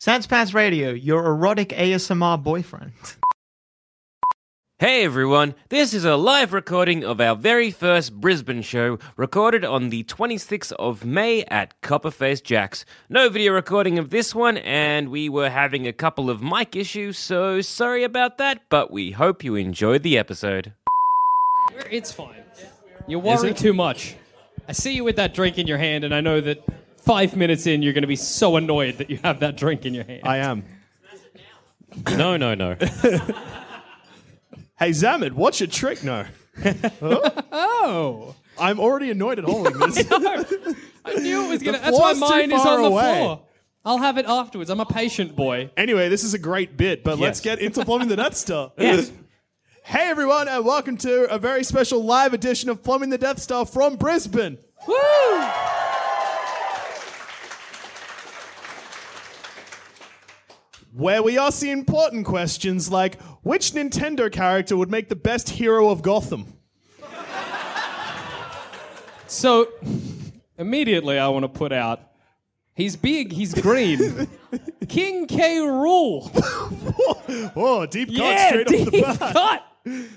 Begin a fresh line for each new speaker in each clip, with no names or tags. Sanspats Radio, your erotic ASMR boyfriend.
Hey everyone, this is a live recording of our very first Brisbane show, recorded on the 26th of May at Copperface Jack's. No video recording of this one, and we were having a couple of mic issues, so sorry about that, but we hope you enjoyed the episode.
It's fine. You're worrying too much. I see you with that drink in your hand, and I know that five minutes in, you're going to be so annoyed that you have that drink in your hand.
I am.
no, no, no.
Hey, Zamid, what's your trick? No. oh. I'm already annoyed at holding this.
I knew it was going to.
The
That's why
floor's too
mine is
far
on the
away.
floor. I'll have it afterwards. I'm a patient boy.
anyway, this is a great bit, but let's
Yes.
get into plumbing the Death Star. Hey, everyone, and welcome to a very special live edition of Plumbing the Death Star from Brisbane.
Woo!
where we ask the important questions like which Nintendo character would make the best hero of Gotham?
So, immediately, I want to put out he's big, he's green. King K. Rule.
Oh, deep cut
Yeah,
straight off the
deep
bat.
cut.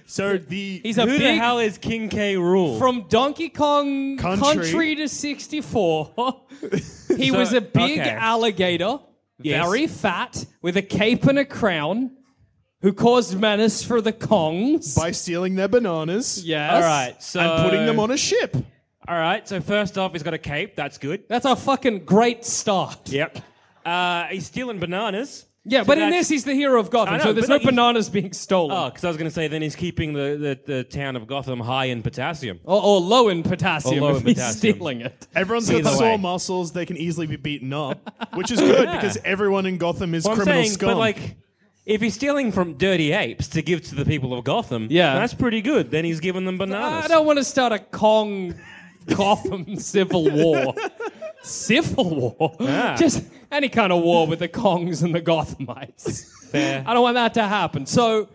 So the
He's a
Who
big
the hell is King K. Rule?
from Donkey Kong
Country.
Country, to 64. he was a big
okay.
alligator,
Yes.
very fat, with a cape and a crown, who caused menace for the Kongs.
by stealing their bananas
yes.
all right, so
and putting them on a ship.
All right, so first off, he's got a cape. That's good.
That's a fucking great start.
Yep. Uh, he's stealing bananas.
Yeah,
So
but in
that's-
this, he's the hero of Gotham,
I know,
so there's
but
no
he's-
bananas being stolen.
Oh, because I was going to say then he's keeping the, the, the town of Gotham high in potassium.
Or, or low in potassium
Or low
if
in
he's
potassium.
stealing it.
Everyone's
Either
got sore
way.
muscles; they can easily be beaten up, which is good because everyone in Gotham is
Well, I'm
criminal
saying,
scum.
but like, if he's stealing from dirty apes to give to the people of Gotham,
Yeah.
that's pretty good. Then he's giving them bananas.
I don't want to start a Kong Gotham civil war. Civil war?
Ah.
Just any kind of war with the Kongs and the Gothamites.
Fair.
I don't want that to happen. So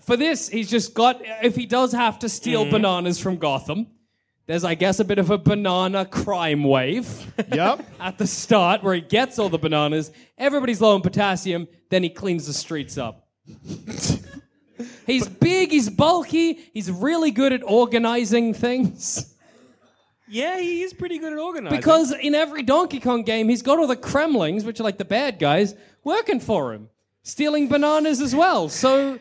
for this, he's just got, if he does have to steal
Mm.
bananas from Gotham, there's, I guess, a bit of a banana crime wave
yep.
at the start where he gets all the bananas. Everybody's low in potassium. Then he cleans the streets up. he's big. He's bulky. He's really good at organizing things.
yeah, he is pretty good at organizing.
Because in every Donkey Kong game, he's got all the Kremlings, which are like the bad guys, working for him, stealing bananas as well. So,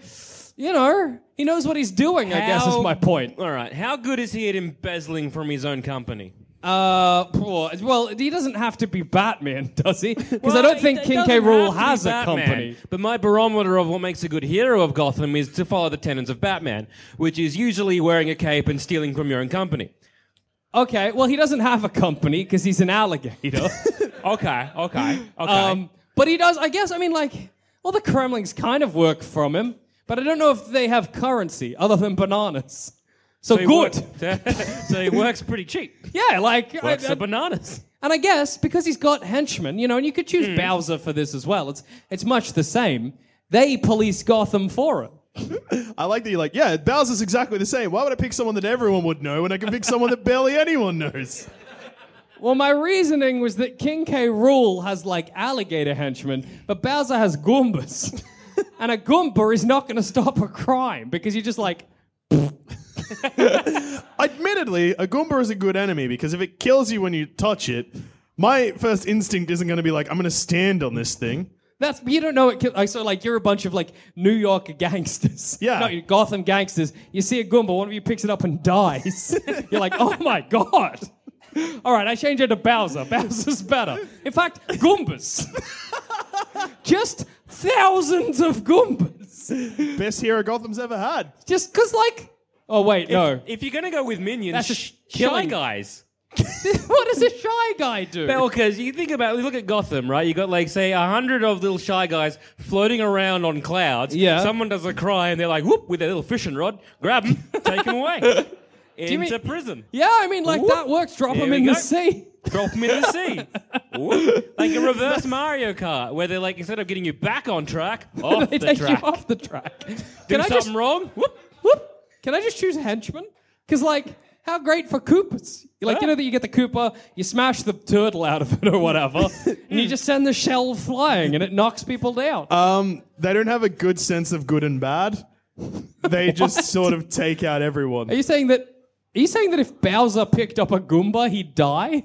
you know, he knows what he's doing. I guess is
How-
my point.
all right, how good is he at embezzling from his own company?
Uh, poor- well, he doesn't have to be Batman, does he? Because I
Well,
don't think
it
King
doesn't
K. Rule
have to be
has a
Batman,
company.
But my barometer of what makes a good hero of Gotham is to follow the tenets of Batman, which is usually wearing a cape and stealing from your own company.
Okay, well, he doesn't have a company because he's an alligator.
Okay, okay, okay.
um, but he does, I guess, I mean, like, well, the Kremlings kind of work from him, but I don't know if they have currency other than bananas. So,
he
good.
works- so he works pretty cheap.
Yeah, like, I,
Works
I-
the bananas. Hmm.
and I guess because he's got henchmen, you know, and you could choose Bowser for this as well. It's, it's much the same. They police Gotham for him.
I like that you're like, yeah, Bowser's exactly the same. Why would I pick someone that everyone would know when I can pick someone that barely anyone knows?
Well, my reasoning was that King K. Rule has like alligator henchmen, but Bowser has Goombas. and a Goomba is not going to stop a crime because you're just like,
Admittedly, a Goomba is a good enemy because if it kills you when you touch it, my first instinct isn't going to be like, I'm going to stand on this thing.
that's, you don't know it. Kill- like, so, like, you're a bunch of like New York gangsters.
Yeah.
No, you're Gotham gangsters. You see a Goomba, one of you picks it up and dies. you're like, oh my God. All right, I change it to Bowser. Bowser's better. In fact, Goombas. just thousands of Goombas.
Best hero Gotham's ever had.
Just because, like, oh wait, no.
If you're gonna go with minions,
That's
That's
just
shy
killing-
guys.
what does a shy guy do?
Because you think about, you look at Gotham, right? You got like, say, a hundred of little shy guys floating around on clouds.
Yeah.
Someone does a cry, and they're like, whoop, with their little fishing rod, grab them, take them away into
you mean-
prison.
yeah, I mean, like that works. Drop
Here
him
we
in the
go.
sea.
Drop them in the sea. Whoop. Like a reverse Mario Kart, where they're like, instead of getting you back on track, off
they
the
take
track.
you off the track.
Do
Can I
something
just
wrong? Whoop.
whoop? Can I just choose henchman? Because like, how great for Coopers? You
Ah.
Like you know that you get the Cooper, you smash the turtle out of it or whatever, and you just send the shell flying, and it knocks people down.
Uh,
Um, they don't have a good sense of good and bad. They just sort of take out everyone.
are you saying that? Are you saying that if Bowser picked up a Goomba, he'd die?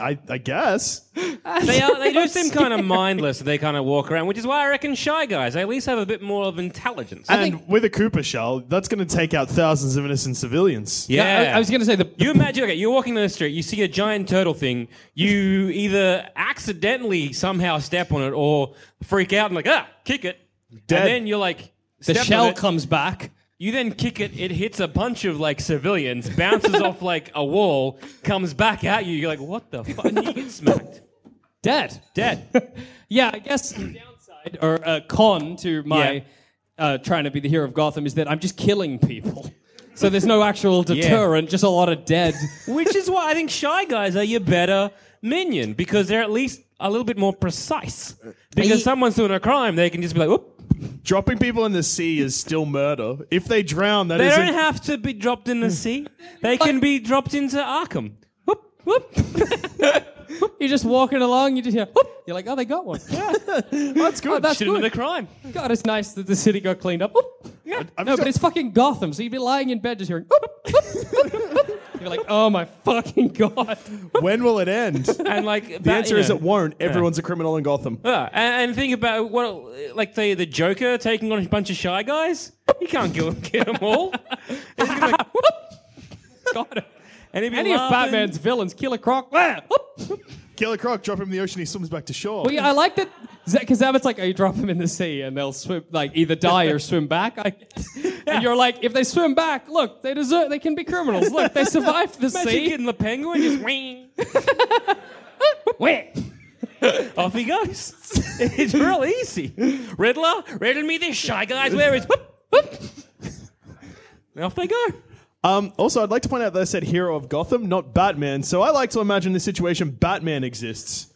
I, I guess.
They are. They do seem kind of mindless. They kind of walk around, which is why I reckon shy guys. They at least have a bit more of intelligence.
and with a Cooper shell, that's going to take out thousands of innocent civilians.
yeah,
I, I was going to say the
You imagine, okay, you're walking down the street, you see a giant turtle thing, you either accidentally somehow step on it or freak out and like, ah, kick it.
Dead.
And then you're like,
the
step on
shell
it.
comes back.
You then kick it, it hits a bunch of like civilians, bounces off like a wall, comes back at you, you're like, what the fuck? And you get smacked.
dead. Dead. yeah, I guess the downside or a con to my
Yeah.
uh, trying to be the hero of Gotham is that I'm just killing people. So there's no actual deterrent, just a lot of dead.
Which is why I think Shy Guys are your better minion because they're at least a little bit more precise.
Uh,
Because someone's doing a crime, they can just be like, whoop.
Dropping people in the sea is still murder. If they drown, that
They
isn't-
don't have to be dropped in the sea. They can be dropped into Arkham.
whoop, whoop. You're just walking along, you just hear whoop. You're like, oh, they got one. Yeah.
that's good.
Shouldn't have
that's good.
been a crime.
God, it's nice that the city got cleaned up. Whoop.
I'm
No,
so-
but it's fucking Gotham, so you'd be lying in bed just hearing whoop, whoop, whoop, whoop. You're like, oh my fucking god.
when will it end?
Uh,
the
And like the
answer is it won't. Everyone's a criminal in Gotham.
and, and think about what, like the the Joker taking on a bunch of shy guys. He can't kill them, kill them all. He's gonna be like, whoop.
God.
and he'd be
Any of
laughing.
Batman's villains, Killer Croc, wah, whoop.
Killer Croc, drop him in the ocean, he swims back to shore.
Well, yeah, I like that because Abbott's like, oh, you drop them in the sea and they'll swim, like either die or swim back. I, And you're like, if they swim back, look, they deserve, they can be criminals. Look, they survived the
Imagine
sea.
getting the penguin just wing. Off he goes. It's real easy. Riddler, riddle me this shy guys. Where is whoop whoop? And off they go.
Um, also, I'd like to point out that I said hero of Gotham, not Batman. So I like to imagine the situation Batman exists.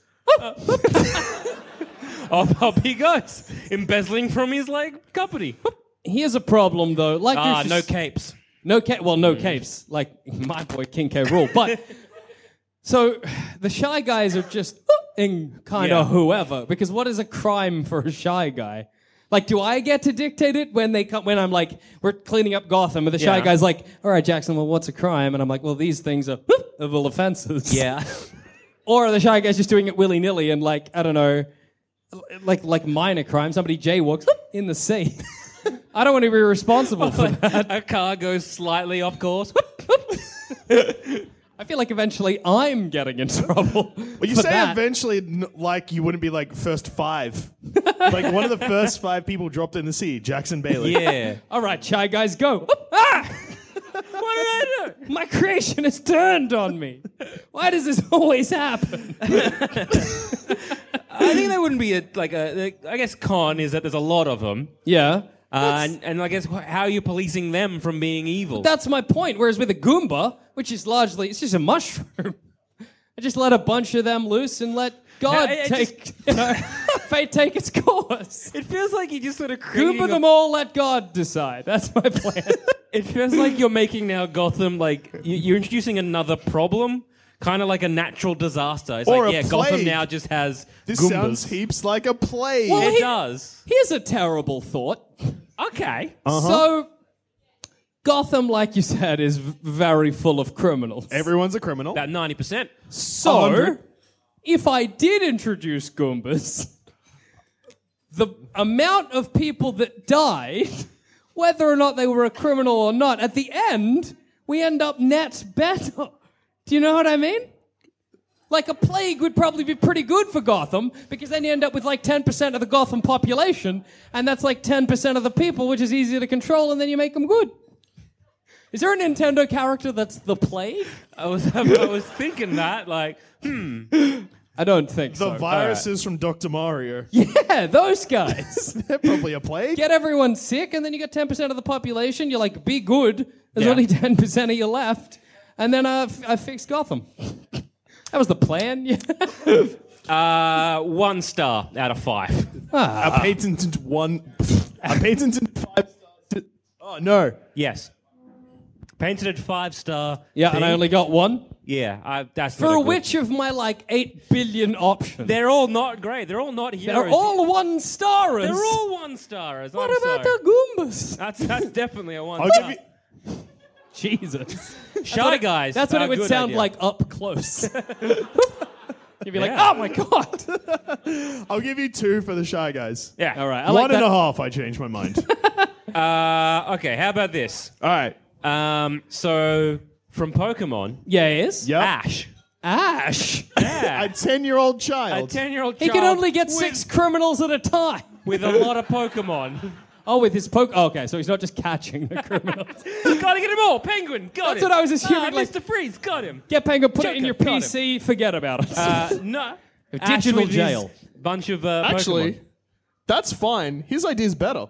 Off up he goes, embezzling from his like company. Whoop.
Here's a problem though. Like,
Ah,
there's
no
just-
capes.
no cap. Well,
Hmm.
no capes. Like my boy King K. Rule, but. So, the shy guys are just in kind
Yeah.
of whoever. Because what is a crime for a shy guy? Like, do I get to dictate it when they come? When I'm like, we're cleaning up Gotham, and the shy
Yeah.
guy's like, "All right, Jackson, well, what's a crime?" And I'm like, "Well, these things are civil offenses."
Yeah.
Or the shy guy's just doing it willy nilly, and like, I don't know, l- like like minor crime. Somebody jaywalks in the sea. I don't want to be responsible for that.
a car goes slightly off course.
I feel like eventually I'm getting in trouble.
Well, you
for
say
that.
eventually, n- like you wouldn't be like first five, like one of the first five people dropped in the sea, Jackson Bailey.
yeah.
All right, shy guys, go. Ah! what did I do? My creation has turned on me. Why does this always happen?
I think that wouldn't be a like a. like, I guess con is that there's a lot of them,
Yeah.
uh, and, and I guess wh- how are you policing them from being evil?
That's my point. Whereas with a Goomba, which is largely, it's just a mushroom, I just let a bunch of them loose and let God
I- I
take, you know, fate take its course.
it feels like you just sort of creating
Goomba them all, let God decide. That's my plan.
It feels like you're making now Gotham like you- you're introducing another problem, kind of like a natural disaster. It's
Or
like
a
yeah, Gotham
plague.
now just has
This
Goombas.
sounds heaps like a play.
Well,
it
he-
does.
Here's a terrible thought.
Okay.
So, Gotham, like you said, is v- very full of criminals.
Everyone's a criminal.
About ninety percent.
so,
100.
if I did introduce Goombas, the amount of people that died, whether or not they were a criminal or not, at the end, we end up net better. Do you know what I mean? Like a plague would probably be pretty good for Gotham because then you end up with like 10% of the Gotham population, and that's like 10% of the people, which is easier to control, and then you make them good. Is there a Nintendo character that's the plague?
I was, I was thinking that, like, hmm.
I don't think so.
The
All right.
viruses from Dr. Mario.
Yeah, those guys.
They're probably a plague.
Get everyone sick, and then you get 10% of the population. You're like, be good. There's
Yeah.
only 10% of you left. And then I, f- I fixed Gotham. that was the plan. Yeah.
uh, one star out of five.
a patented one. a patented five star. Oh, no.
Yes. Painted at five star.
Yeah, and I only got one.
Yeah, I, that's not a
For
good-
which of my like 8 billion options?
They're all not great. They're all not heroes.
They're all one starers.
They're all one stars.
What about the Goombas?
That's that's definitely a one
I'll
star.
give you.
Jesus.
Shy guys.
That's what
are a
it would
good
sound
idea.
like up close. You'd be like,
Yeah.
oh my God.
I'll give you two for the shy guys.
Yeah.
All right. I
One
like that.
and a half. I changed my mind.
Uh, okay. How about this?
All right.
Um, so from Pokemon,
Yeah, he is.
Yep.
Ash.
Ash.
A
Yeah.
ten-year-old
a
child.
ten-year-old.
He can
child
only get
with-
six criminals at a time.
with a lot of Pokemon.
Oh, with his poke. Oh, okay, so he's not just catching the criminals.
Gotta get him all. Penguin. Got
That's
him.
what I was assuming,
Ah,
like-
Mr. Freeze. Got him.
Get Pango, put it in
Joker,
your
got him.
PC, forget about it.
Uh, no. Ash
digital
with his
jail.
Bunch of uh,
Actually,
Pokemon.
that's fine. His idea's better.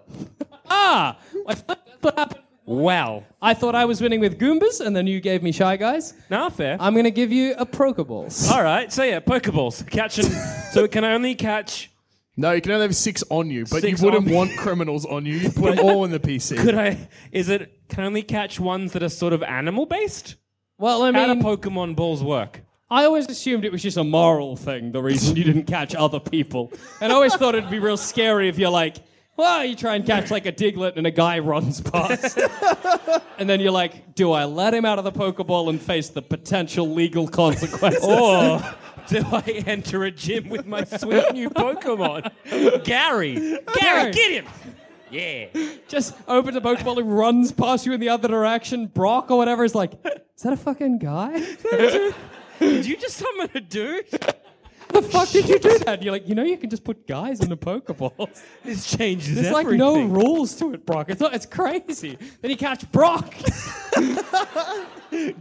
ah! I thought that's what happened.
Wow.
I thought I was winning with Goombas, and then you gave me Shy Guys.
Now fair.
I'm going to give you a Prokaballs.
All right. So yeah, Pokeballs. Catching. so can I only catch?
No, you can only have six on you, but
Six
you wouldn't
on-
want criminals on you. You'd put them all in the PC.
Could I? Is it? Can I only catch ones that are sort of animal based?
Well, I
How do
mean,
Pokemon balls work?
I always assumed it was just a moral thing, the reason you didn't catch other people. And I always thought it'd be real scary if you're like, well, you try and catch like a diglet and a guy runs past. and then you're like, do I let him out of the Pokeball and face the potential legal consequences?
Or do I enter a gym with my sweet new Pokemon? Gary. Gary, get him. Yeah.
just opens a Pokeball and runs past you in the other direction. Brock or whatever is like, is that a fucking guy?
Did you just summon a dude?
the fuck did you do that? And you're like, you know, you can just put guys in the Pokeballs.
This changes
There's like no rules to it, Brock. It's not. It's crazy. Then you catch Brock.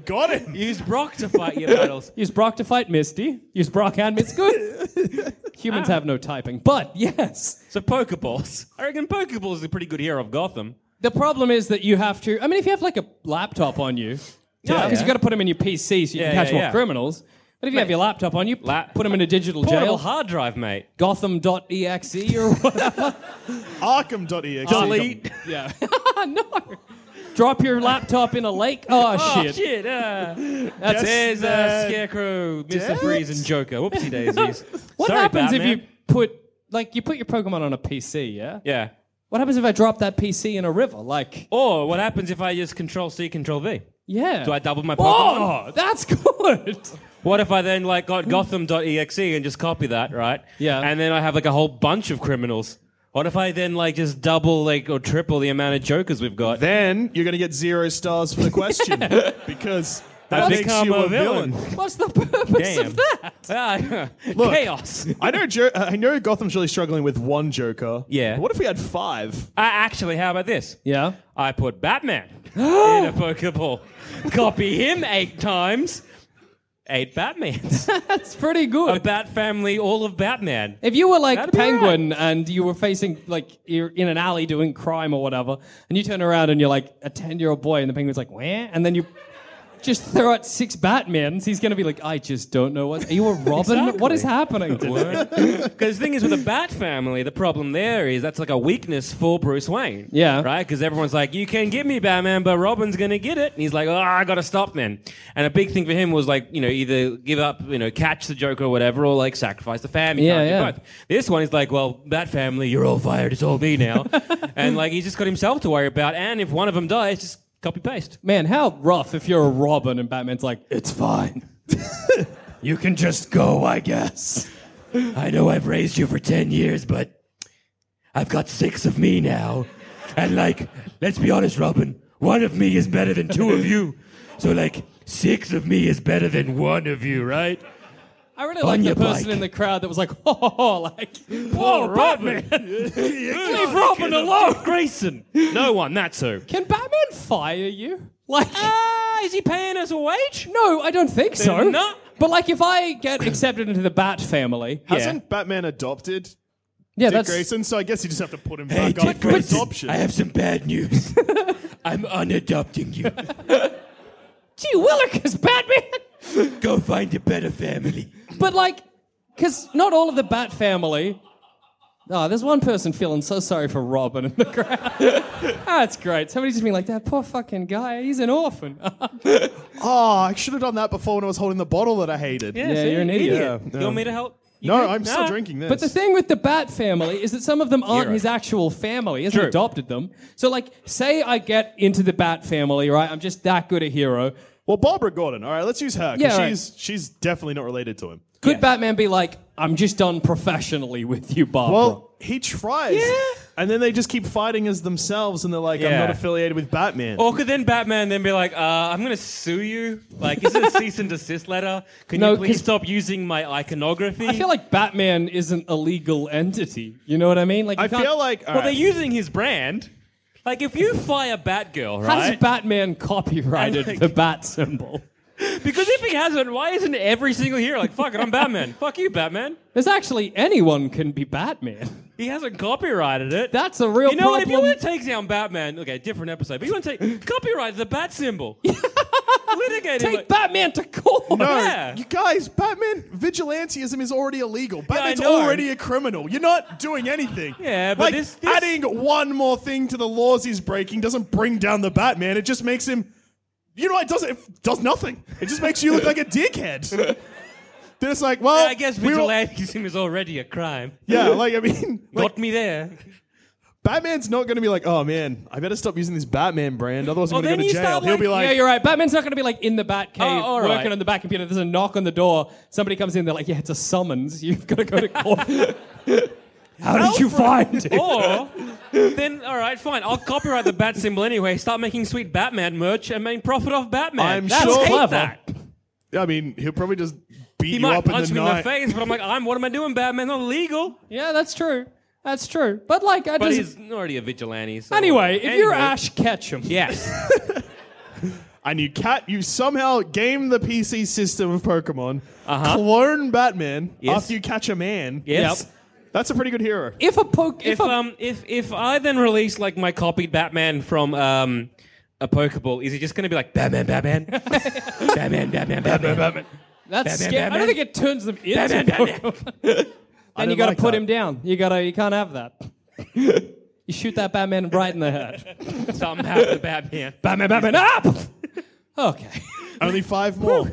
Got him.
Use Brock to fight your battles.
Use Brock to fight Misty. Use Brock and Misty. Good. Humans have no typing, but yes.
So Pokeballs. I reckon Pokeballs is a pretty good hero of Gotham.
The problem is that you have to. I mean, if you have like a laptop on you, because
Yeah.
you got to put them in your PC so you
Yeah,
can catch
yeah,
more
yeah.
criminals. But if you have your laptop on you,
La-
put them in a digital
Portable
jail.
hard drive, mate.
Gotham.exe or whatever.
Arkham.exe.
Delete.
yeah. no. Drop your laptop in a lake. Oh,
Oh,
shit.
shit. Uh,
That's
there's
it.
uh, Scarecrow, Mr. Freeze, and Joker. Whoopsie daisies.
What
Sorry,
happens
Batman.
if you put like you put your Pokemon on a PC? Yeah.
Yeah.
What happens if I drop that PC in a river? Like,
Or what happens if I just Control C, Control V?
yeah.
Do I double my Pokemon?
Oh, that's good.
What if I then like got Gotham.exe and just copy that, right?
Yeah.
And then I have like a whole bunch of criminals. What if I then like just double like or triple the amount of Jokers we've got?
Then you're going to get zero stars for the question because that
I
makes
become
you
a
a villain.
villain.
What's the purpose
Damn.
of that?
Ah,
Look.
Chaos. Uh,
I know. Jo- I know Gotham's really struggling with one Joker.
Yeah.
But What if we had five?
I actually, how about this?
Yeah.
I put Batman in a Pokeball. Copy him eight times. Eight Batmans.
That's pretty
a
good.
Bat family, all of Batman.
If you were like
That'd be
Penguin and you were facing like you're in an alley doing crime or whatever, and you turn around and you're like a ten year old boy, and the Penguin's like, where? And then you just throw out six Batmans. He's gonna be like, I just don't know what. Are you a Robin? What is happening?
Because the thing is, with the Bat family, the problem there is that's like a weakness for Bruce Wayne.
Yeah.
Right? Because everyone's like, you can get me Batman, but Robin's going to get it. And he's like, oh, I got to stop then. And a big thing for him was like, you know, either give up, you know, catch the Joker or whatever, or like sacrifice the family.
Yeah, yeah.
This one is like, well, Bat family, you're all fired. It's all me now. and like, he's just got himself to worry about. And if one of them dies, just copy paste.
Man, how rough if you're a Robin and Batman's like, it's fine.
You can just go, I guess. I know I've raised you for 10 years, but I've got six of me now. And, like, let's be honest, Robin, one of me is better than two of you. So, like, six of me is better than one of you, right?
I really
On
like the
your
person
bike.
in the crowd that was like, "Ho ho ho!" Like, "Whoa, Batman! Leave Robin alone!"
Grayson. No one, that's who.
Can Batman fire you? Like,
Ah, is he paying us a wage?
no, I don't think so.
not-
But like, if I get accepted into the Bat family, yeah,
Hasn't Batman adopted Dick
yeah, that's
Grayson? So I guess you just have to put him
Hey,
back up
Dick
for
Grayson,
adoption.
I have some bad news. I'm unadopting you.
gee Willikers, Batman.
Go find a better family.
but like, because not all of the Bat family. Oh, there's one person feeling so sorry for Robin in the crowd. That's great. Somebody's just being like, that poor fucking guy, he's an orphan.
Oh, I should have done that before when I was holding the bottle that I hated.
Yeah, you're an idiot.
You want me to help? You
No,
good?
I'm still
Nah.
drinking this.
But the thing with the Bat family is that some of them aren't
Hero.
his actual family. He hasn't adopted them. So, like, say I get into the Bat family, right? I'm just that good a hero.
well, Barbara Gordon. All right, let's use her. 'cause
Yeah, right.
she's she's definitely not related to him.
Could Batman be like, I'm just done professionally with you, Barbara?
Well, he tries. And then they just keep fighting as themselves, and they're like, "I'm
Yeah.
not affiliated with Batman."
Oh,
Or could then Batman then be like, uh, I'm going to sue you? Like, is it a cease and desist letter? Can
No,
you please
'cause-
stop using my iconography?
I feel like Batman isn't a legal entity. You know what I mean? Like, you
I
can't-
feel like all
Well, they're
right.
using his brand. Like, if you fire Batgirl,
Has
right?
Batman copyrighted
And, like-
the bat symbol?
because if he hasn't, why isn't every single hero like, fuck it, I'm Batman. fuck you, Batman.
There's actually anyone can be Batman.
He hasn't copyrighted it.
That's a real
You know what? If you
problem.
want to take down Batman, okay, different episode, but you want to take copyright the bat symbol. Litigate it.
Take
like-
Batman to court.
No,
Yeah.
you guys, Batman vigilanteism is already illegal. Batman's
know.
already a criminal. You're not doing anything.
Yeah, but
Like,
this- this-
adding one more thing to the laws he's breaking doesn't bring down the Batman. It just makes him, you know, what, it does it does nothing. It just makes you look like a dickhead. Then it's like, well,
I guess
we were-
vigilantism is already a crime.
yeah, like I mean, like,
Got me there.
Batman's not going to be like, oh man, I better stop using this Batman brand, otherwise I'm
Well, then
going to go to
you
jail.
start,
He'll be
like-
like,
yeah, you're right. Batman's not going to be like in the Batcave
Oh, all
working
right.
on the Bat computer. There's a knock on the door. Somebody comes in. They're like, "Yeah, it's a summons. You've got to go to court." How did you find it?
Or then, all right, fine. I'll copyright the bat symbol anyway. Start making sweet Batman merch and make profit off Batman.
I'm
That's
sure-
hate
Clever.
that.
I mean, he'll probably just beat
He
you
might
up in
punch
the
me
night.
in the face, but I'm like, I'm. What am I doing, Batman? Not legal.
Yeah, that's true. That's true. But like, I
But
just
he's already a vigilante. So
anyway. If you're
Anyway.
Ash Ketchum,
yes.
and you cat you somehow game the PC system of Pokemon, clone Batman
Uh-huh. Yes.
after you catch a man.
Yes.
That's a pretty good hero.
if a poke, if,
If
a,
um if if I then release like my copied Batman from um a Pokeball, is he just going to be like Batman, Batman,
Batman, Batman, Batman, Batman.
that's
Batman,
scary. I
Batman.
don't think it turns them into.
Batman, Batman.
Then you
don't
got to
like
put
that.
him down. You got to. You can't have that. you shoot that Batman right in the head.
something happened to Batman?
Batman, Batman, up. okay.
Only five more.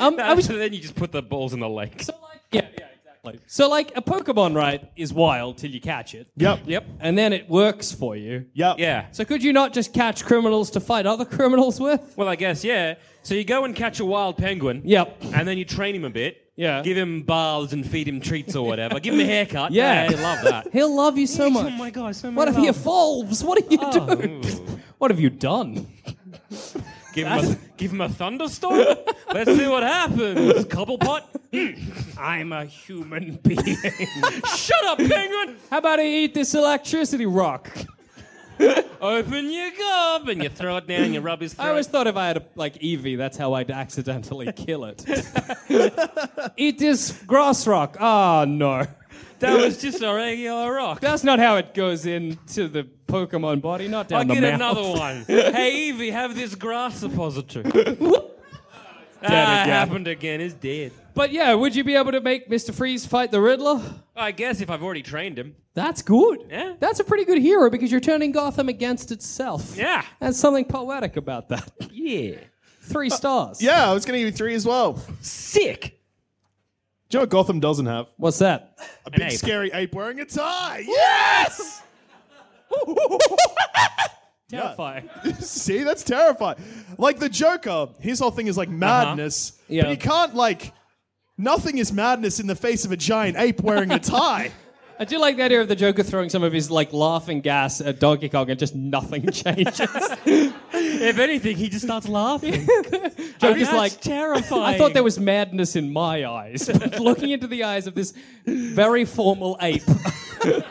Um, I was
so then you just put the balls in the lake.
So like, yeah, yeah, exactly. So like a Pokemon, right, is wild till you catch it.
yep.
Yep.
And then it works for you.
Yep.
Yeah.
So could you not just catch criminals to fight other criminals with?
Well, I guess yeah. So you go and catch a wild penguin.
Yep.
And then you train him a bit.
Yeah.
Give him baths and feed him treats or whatever. Give him a haircut.
Yeah.
I love that.
He'll love you so
Oh
much.
my Oh. god, so
what
much
if he
love.
evolves? What do you do? What have you done?
give him a give him a thunderstorm? Let's see what happens. Cobblepot. Hmm. I'm a human being. Shut up, penguin.
How about he eat this electricity rock?
Open your gob and you throw it down. You rub his throat.
I always thought if I had a, like Eevee, that's how I'd accidentally kill it. eat this grass rock. Ah no.
that was just a regular rock.
That's not how it goes into the Pokemon body, not down
I'll
the
get
mouth.
another one. hey, Evie, have this grass suppository. dead ah,
again.
happened again. Is dead.
But yeah, would you be able to make Mr. Freeze fight the Riddler?
I guess if I've already trained him.
That's good.
Yeah.
That's a pretty good hero because you're turning Gotham against itself.
Yeah.
There's something poetic about that.
Yeah.
Three
Uh,
stars.
Yeah, I was going to give you three as well. Do
Sick.
you know what Gotham doesn't have?
What's that?
A big
ape.
scary ape wearing a tie. Yes!
Terrifying.
See, that's terrifying. Like the Joker, his whole thing is
Uh-huh.
like madness,
Yeah.
but you can't like. Nothing is madness in the face of a giant ape wearing a tie.
I do like the idea of the Joker throwing some of his like laughing gas at Donkey Kong and just nothing changes.
if anything, he just starts laughing.
Joe
I mean,
just
that's
like
terrifying.
I thought there was madness in my eyes, but looking into the eyes of this very formal ape,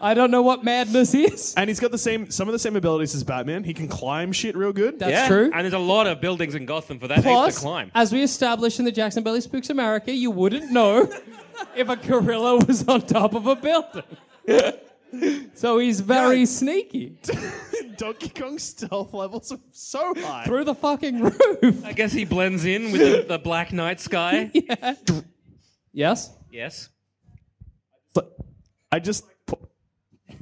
I don't know what madness is.
And he's got the same some of the same abilities as Batman. He can climb shit real good.
That's
Yeah,
true.
And there's a lot of buildings in Gotham for that ape to
Plus,
climb.
as we established in the Jackson Belly Spooks America, you wouldn't know if a gorilla was on top of a building. so he's very sneaky
Donkey Kong's stealth levels are so high.
through the fucking roof.
I guess he blends in with the, the black night sky.
Yes,
yes.
But I just po-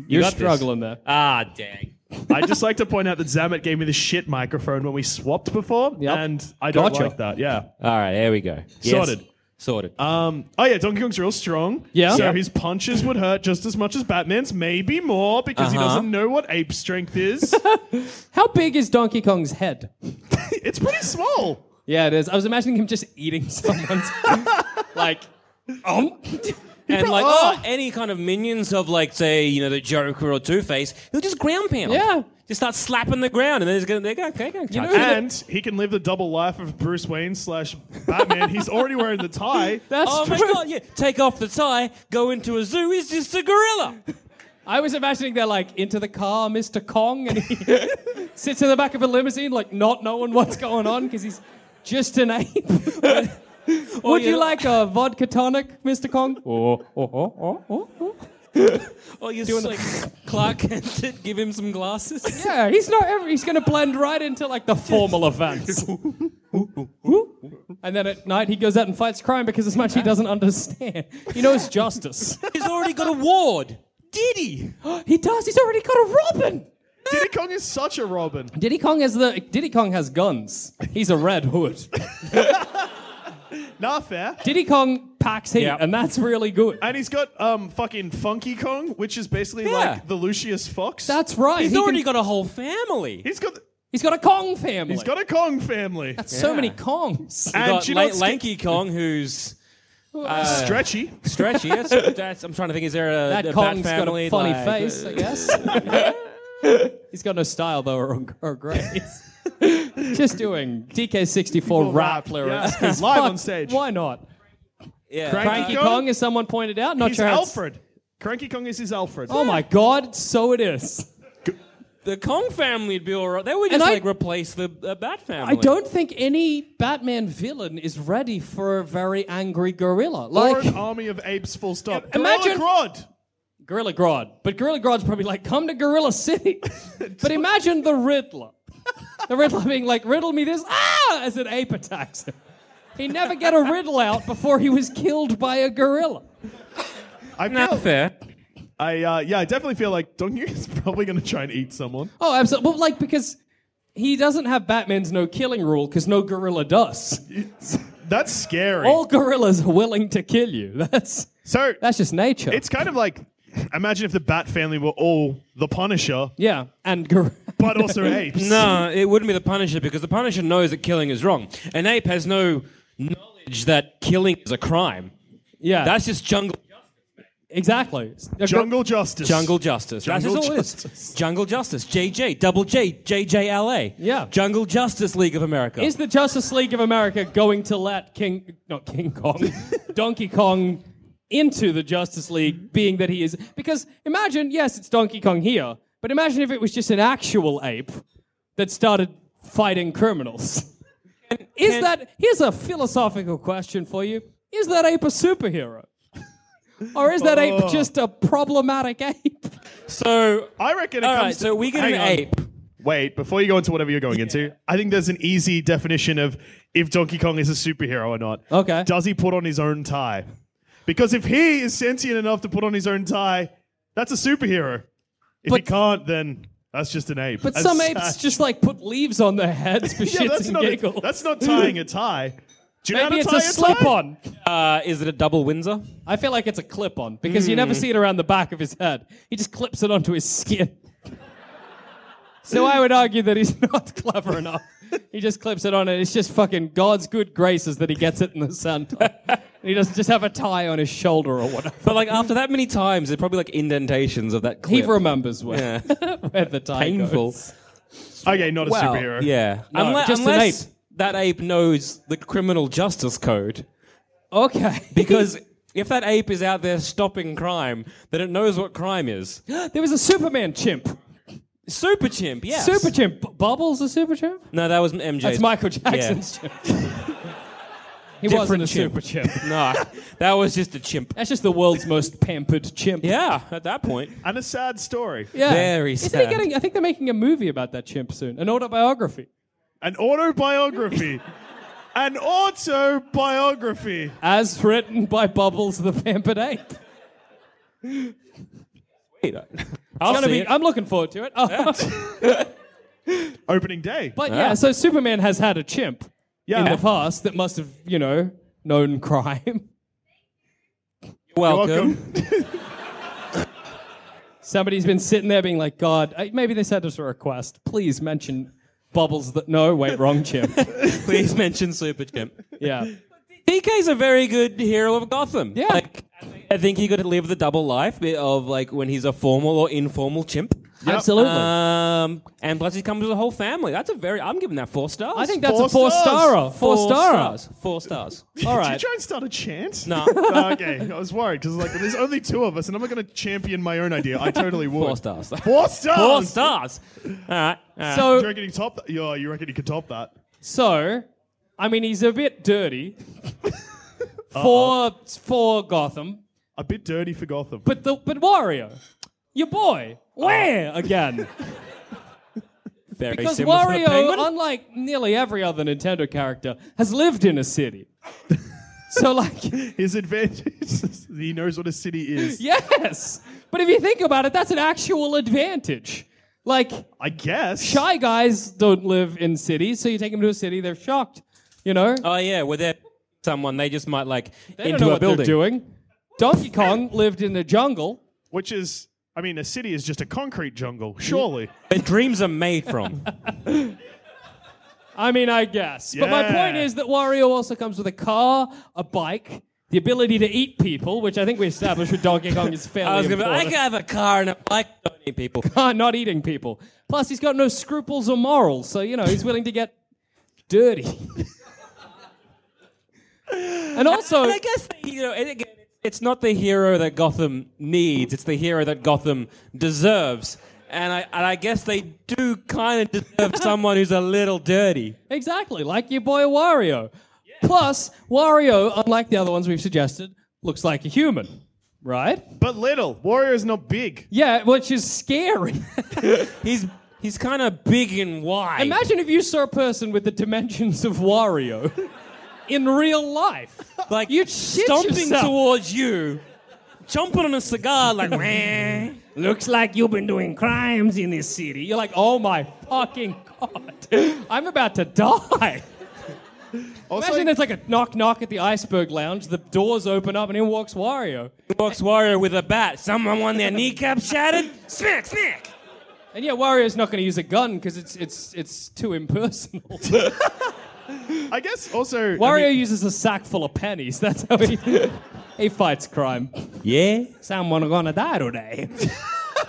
you are
got this.
struggling there.
Ah, dang.
I just like to point out that Zamet gave me the shit microphone when we swapped before,
Yep.
and I don't
Gotcha.
like that. Yeah.
All right, here we go. Yes.
Sorted.
Sorted.
Uh,
Um, oh yeah, Donkey Kong's real strong.
Yeah.
So
Yeah.
his punches would hurt just as much as Batman's, maybe more, because he
Uh-huh.
doesn't know what ape strength is.
How big is Donkey Kong's head?
it's pretty small.
Yeah, it is. I was imagining him just eating someone's like, um,
And like,
oh.
oh, any kind of minions of like, say, you know, the Joker or Two Face, he'll just ground pound.
Yeah.
Just start slapping the ground, and then he's gonna, they go, okay, go. You
know-
And he can live the double life of Bruce Wayne slash Batman. He's already wearing the tie.
that's
oh my
true.
god, yeah. Take off the tie, go into a zoo. He's just a gorilla.
I was imagining they're like into the car, Mr. Kong, and he sits in the back of a limousine, like not knowing what's going on because he's just an ape. Would you like a vodka tonic, Mr. Kong?
Or you just like Clark Kent, it, give him some glasses.
Yeah, he's not. Ever, he's going to blend right into like the formal events. and then at night he goes out and fights crime because as much he doesn't understand, he knows justice.
He's already got a ward. Did he?
he does. He's already got a Robin.
Diddy Kong is such a Robin.
Diddy Kong has the Diddy Kong has guns. He's a Red Hood.
Nah, fair.
Diddy Kong packs heat,
Yeah.
and that's really good.
And he's got um fucking Funky Kong, which is basically
Yeah.
like the Lucius Fox.
That's right.
He's
He
already
can-
got a whole family.
he's got
he's got a Kong family.
he's got a Kong family.
That's so many Kongs.
You
and
got
you know
La-
what's
Lanky uh, Kong, who's
stretchy.
stretchy. That's, that's, I'm trying to think. Is there a,
That
a
Kong's
bat family?
got a funny
like,
face,
uh,
I guess. he's got no style though, or, or grace. Just doing DK64 rap
rap,
lyrics.
yeah.
'cause
Live
fuck,
on stage.
Why not?
Yeah.
Cranky
Kong?
Kong, as someone pointed out, not
He's
sure. how it's-
Alfred. Cranky Kong is his Alfred.
Oh my God! So it is.
The Kong family would be all right. They would just
And I-
like replace the uh, Bat family.
I don't think any Batman villain is ready for a very angry gorilla.
Or
Like
an army of apes, full stop.
imagine-
Imagine Rod.
Gorilla Grodd. But Gorilla Grodd's probably like, come to Gorilla City. but imagine the Riddler. The Riddler being like, riddle me this, ah, as an ape attacks him. He never get a riddle out before he was killed by a gorilla.
I
Not
feel,
fair.
I uh, yeah, I definitely feel like Donkey Kong is probably going to try and eat someone.
Oh, absolutely. Well, like, because he doesn't have Batman's no killing rule because no gorilla does.
That's scary.
All gorillas are willing to kill you. That's,
so
that's just nature.
it's kind of like imagine if the Bat family were all the Punisher,
yeah, and gorilla.
but also apes.
No, it wouldn't be the Punisher because the Punisher knows that killing is wrong. An ape has no knowledge that killing is a crime.
Yeah,
That's just jungle
exactly. A gor-
Jungle Justice.
jungle justice.
Jungle
That's just all it is. Jungle justice. JJ, double J, JJLA.
Yeah.
Jungle Justice League of America.
Is the Justice League of America going to let King, not King Kong, Donkey Kong into the Justice League, being that he is? Because imagine, yes, it's Donkey Kong here, but imagine if it was just an actual ape that started fighting criminals. Is
can-
that, here's a philosophical question for you Is that ape a superhero? Or is that ape just a problematic ape?
Oh. so
I reckon. It
all
comes
right, so we get
hang
an
on.
ape.
Wait, before you go into whatever you're going into, I think there's an easy definition of if Donkey Kong is a superhero or not.
Okay.
Does he put on his own tie? Because if he is sentient enough to put on his own tie, that's a superhero. If he
But-
can't, then that's just an ape.
But
As
some
such-
apes just like put leaves on their heads for
yeah,
shits
that's
and
not a-
giggles.
that's not tying a tie. Do you know how
Maybe
to
it's
tie
a
tie?
slip on.
Uh, is it a double Windsor?
I feel like it's a clip on because you
Hmm.
never see it around the back of his head. He just clips it onto his skin. so I would argue that he's not clever enough. He just clips it on, and it's just fucking God's good graces that he gets it in the center. and he doesn't just have a tie on his shoulder or whatever.
But like after that many times, there's probably like indentations of that clip.
He remembers where, where the tie
Painful.
goes.
Okay, not a
Well,
superhero.
Yeah. Unle-
just an
unless
ape.
that ape knows the criminal justice code.
Okay.
Because if that ape is out there stopping crime, then it knows what crime is.
there was a Superman chimp.
Super chimp, yes.
Super chimp. B- Bubbles a super chimp?
No, that was MJ.
That's Michael Jackson's chimp. he wasn't a
chimp.
super chimp.
No, that was just a chimp.
That's just the world's most pampered chimp.
Yeah, at that point.
And a sad story.
Yeah.
Very
Isn't he
sad.
getting? I think they're making a movie about that chimp soon, an autobiography.
An autobiography. An autobiography.
as written by Bubbles the Pampered Ape.
I'll
Gonna
see
be-
it.
I'm looking forward to it. Oh,
Opening day.
but yeah, so Superman has had a chimp
yeah.
in the past that must have, you know, known crime.
Welcome.
Welcome.
Somebody's been sitting there being like, God, I- maybe they sent us a request. Please mention Bubbles that. No, wait, wrong chimp.
Please mention Super Chimp.
Yeah.
DK's a very good hero of Gotham.
Yeah.
Like, I think he could live the double life of like when he's a formal or informal chimp.
Absolutely.
Um, and plus he comes with a whole family. That's a very. I'm giving that four stars.
I think that's a
Four
four
stars.
star. Four, star.
stars. Four stars.
All
Did you
right.
try and start a chant?
No.
okay, I was worried because like there's only two of us, and I'm not going to champion my own idea. I totally would.
Four stars.
Four stars.
Four stars. All right. All right.
Do you
So,
reckon you top that? Yeah, you reckon you could top that?
so, I mean, he's a bit dirty for for Gotham.
A bit dirty for Gotham.
But the but Wario, your boy, where again?
very
Because
similar to the
Wario,
penguin.
unlike nearly every other Nintendo character, has lived in a city. so like,
his advantage, is he knows what a city is.
yes. But if you think about it, that's an actual advantage. Like,
I guess.
shy guys don't live in cities, so you take them to a city, they're shocked. You know,
Oh yeah, where they're someone they just might like
they
into
don't know
a
what
building.
they're doing. Donkey Kong lived in the jungle.
Which is, I mean, a city is just a concrete jungle, surely.
Their dreams are made from.
I mean, I guess. But my
Yeah.
point is that Wario also comes with a car, a bike, the ability to eat people, which I think we established with Donkey Kong is fairly
I was gonna be like, I
important.
can have a car and a bike. Don't need people.
Ah, not eating people. Plus, he's got no scruples or morals, so you know he's willing to get dirty. and also,
And I guess you know, and again, it's not the hero that Gotham needs; it's the hero that Gotham deserves. And I, and I guess they do kind of deserve someone who's a little dirty.
exactly like your boy Wario. Plus, Wario, unlike the other ones we've suggested, looks like a human, right?
But little. Warrior is not big.
Yeah, which is scary.
He's he's kind of big and wide.
Imagine if you saw a person with the dimensions of Wario in real life.
like
you'd shit
stomping
yourself.
towards you, chomping on a cigar, like. "Wah."
Looks like you've been doing crimes in this city. You're like, oh my fucking god, I'm about to die.
Also,
Imagine there's like a knock knock at the iceberg lounge. The doors open up and in walks Wario.
Walks Warrior with a bat. Someone won their kneecap shattered. Smack, smack.
And yeah, Wario's not going to use a gun because it's it's it's too impersonal.
I guess also. I
Wario
mean,
uses a sack full of pennies. That's how he he fights crime.
Yeah.
Someone gonna die today.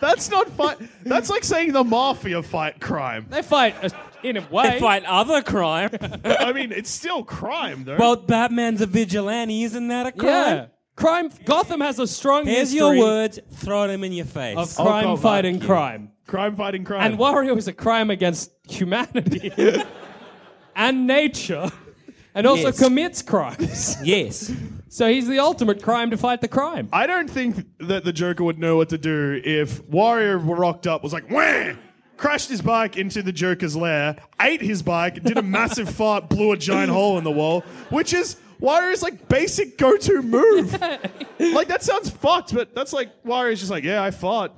that's not fight. That's like saying the mafia fight crime.
They fight uh, in a way.
They fight other crime.
I mean, it's still crime, though.
well, Batman's a vigilante, isn't that a crime?
Yeah. Crime. Gotham has a strong
Here's
history
your words, throw them in your face.
of crime
God,
fighting crime.
crime fighting crime.
And Wario is a crime against humanity and nature, and also
Yes.
commits crimes.
yes.
So he's the ultimate crime to fight the crime.
I don't think that the Joker would know what to do if Warrior rocked up, was like, wham! Crashed his bike into the Joker's lair, ate his bike, did a massive fart, blew a giant hole in the wall, which is Warrior's like basic go-to move. Like that sounds fucked, but that's like Warrior's just like, yeah, I fart,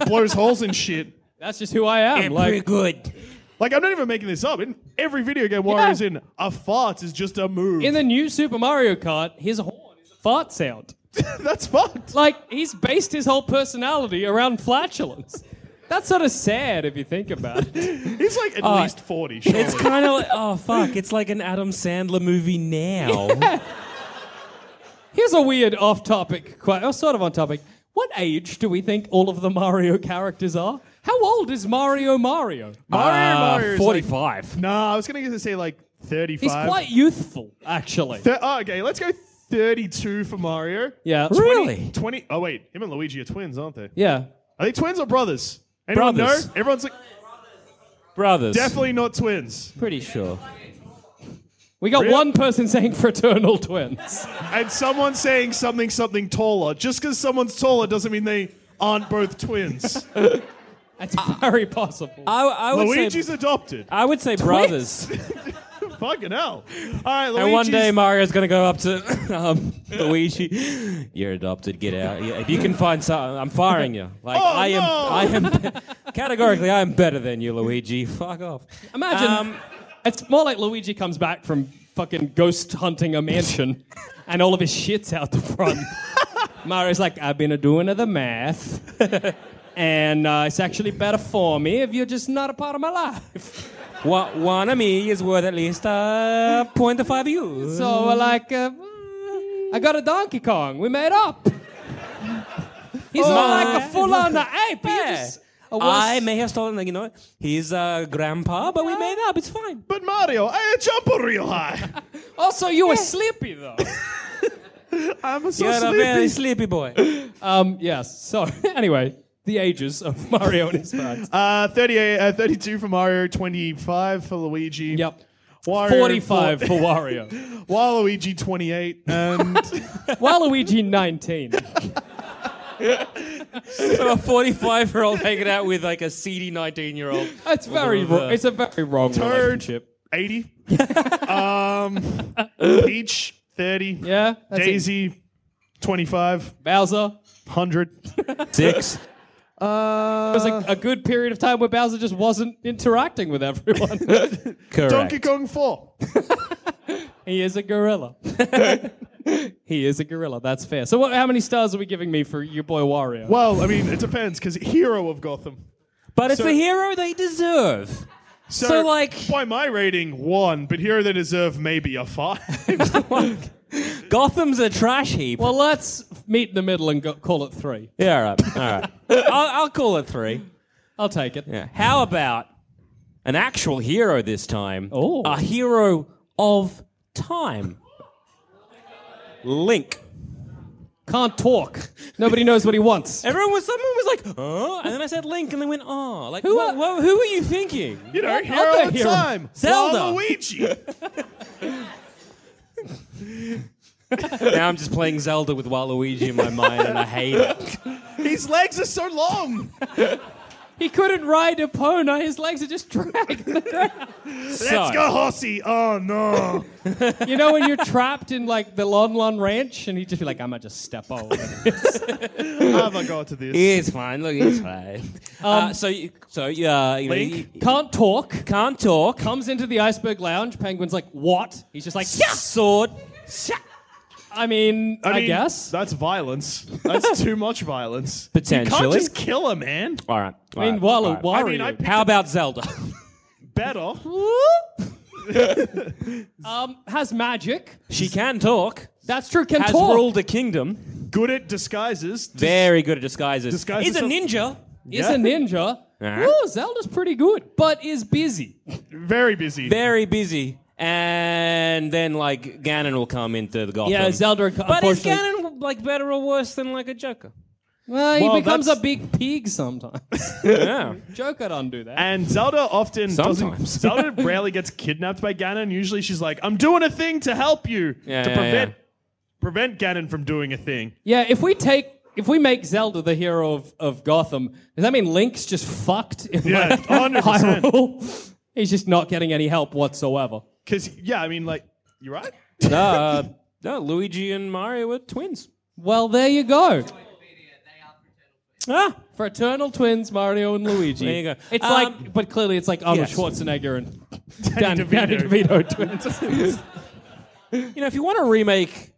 blows holes in shit.
That's just who I am.
And
like
pretty good.
Like I'm not even making this up. In every video game Warrior's
Yeah.
in, a fart is just a move.
in the new Super Mario Kart, his horn is a fart sound.
that's fucked.
Like he's based his whole personality around flatulence. That's sort of sad if you think about it.
He's like at least forty. Surely.
It's kind of like, oh, fuck, it's like an Adam Sandler movie now.
Here's a weird oh, off-topic, quite or sort of on topic. What age do we think all of the Mario characters are? How old is Mario Mario?
Mario
Ah, Uh,
Mario is like-
45.
Nah, I was going to say like 35.
He's quite youthful, actually.
Thir- oh, okay, let's go 32 for Mario.
yeah.
20. Oh, wait. Him and Luigi are twins, aren't they?
Yeah.
Are they twins or brothers? Anyone
Brothers.
know? Everyone's like,
Brothers.
definitely not twins.
Pretty sure.
We got
Really?
one person saying fraternal twins.
And someone saying something, something taller. Just because someone's taller doesn't mean they aren't both twins.
That's
Ah.
very possible.
I, I would
Luigi's
say.
adopted.
I would say brothers.
Fucking hell. All right, Luigi's.
And one day Mario's gonna go up to um, Luigi. You're adopted. Get out. Yeah, If you can find something, I'm firing you. Like
Oh,
I am.
no.
I am. Categorically, I am better than you, Luigi. Fuck off.
Imagine
Um,
it's more like Luigi comes back from fucking ghost hunting a mansion, and all of his shit's out the front. Mario's like, I've been doing the math, and uh, it's actually better for me if you're just not a part of my life.
Wha- one of me is worth at least uh, point five you.
So we're like, uh, I got a Donkey Kong. We made up. He's not like a full-on ape. He
Oh, Yeah.
just- uh, a worse-
I may have stolen, you know, his uh, grandpa, but we made up. It's fine.
But Mario, I jump real high.
Also, you were sleepy though.
I'm so
You're a
sleepy.
very sleepy boy.
um, yes. So anyway, the ages of Mario and his friends.
Uh, 38, uh, 32 for Mario, 25 for Luigi.
Yep.
Wario,
45
four-
for Wario.
Waluigi, 28. And
Waluigi, 19.
so a 45 year old hanging out with like a seedy 19 year old.
That's very wrong. It's a very wrong
Toad,
relationship.
80. um, Peach, 30.
Yeah. That's it.
Daisy, 25.
Bowser.
100.
Six.
There was a, a good period of time where Bowser just wasn't interacting with everyone.
Correct.
Donkey Kong 4.
he is a gorilla. he is a gorilla. That's fair. So what, how many stars are we giving me for your boy Wario?
Well, I mean, it depends because hero of Gotham.
But it's
So-
the hero they deserve.
So,
like-
by my rating, one, but hero they deserve maybe a five.
Gotham's a trash heap.
Well, let's meet in the middle and go, call it three.
yeah, all right. All right. I'll, I'll call it three.
I'll take it.
Yeah. How about an actual hero this time?
Oh.
A hero of time. Link.
Can't talk. Nobody knows what he wants.
Everyone was, someone was like, oh, and then I said Link, and they went, oh. Like,
Who
who,
are-
who are you thinking?
you know,
What
hero
other
of
hero?
time.
Zelda.
Waluigi.
now I'm just playing Zelda with Waluigi in my mind, and I hate it.
His legs are so long.
He couldn't ride a pony. His legs are just dragging.
So-
Let's go, horsey. Oh, no.
you know when you're trapped in like the Lon Lon Ranch, and he'd just be like, "I'm gonna just step over."
Have I got to this?
It's fine. Look, it's fine. uh, so, you, so yeah, you, know, you
Link.
Can't talk.
can't talk.
Comes into the iceberg lounge. Penguin's like, "What?" He's just like, "Yeah."
Sword.
I mean, I,
mean,
guess.
That's violence. That's too much violence. You can't
Potentially.
just kill a man.
All right. all
I mean,
right,
Walu-
all right.
Wario.
I mean, I picked
How about Zelda?
better.
um, has magic.
she can talk.
That's true. Can
Has
talk.
ruled a kingdom.
Good at disguises.
Very good at disguises.
Disguises
He's a
are-
ninja.
Is a ninja. Ooh, Zelda's pretty good, but is busy.
Very busy.
Very busy. And then like Ganon will come into the Gotham.
Yeah, Zelda.
But is
unfortunately,
Ganon like better or worse than like a Joker?
well, he
Well,
becomes a
that's-
big pig sometimes.
Yeah.
Joker don't do that.
And Zelda often doesn't.
Sometimes.
Zelda rarely gets kidnapped by Ganon. Usually, she's like, "I'm doing a thing to help you
Yeah,
to
yeah,
prevent
yeah.
prevent Ganon from doing a thing."
Yeah, if we take if we make Zelda the hero of, of Gotham, does that mean Link's just fucked in
Yeah,
like,
100%.
Hyrule? He's just not getting any help whatsoever.
Because yeah, I mean, like, you right?
uh, no, Luigi and Mario were twins.
Well, there you go.
Ah,
Fraternal twins Mario and Luigi.
There you go.
It's
Um,
like, but clearly it's like Arnold
yes.
Schwarzenegger and Dan,
DeVito.
Danny DeVito twins.
you know, if you want to remake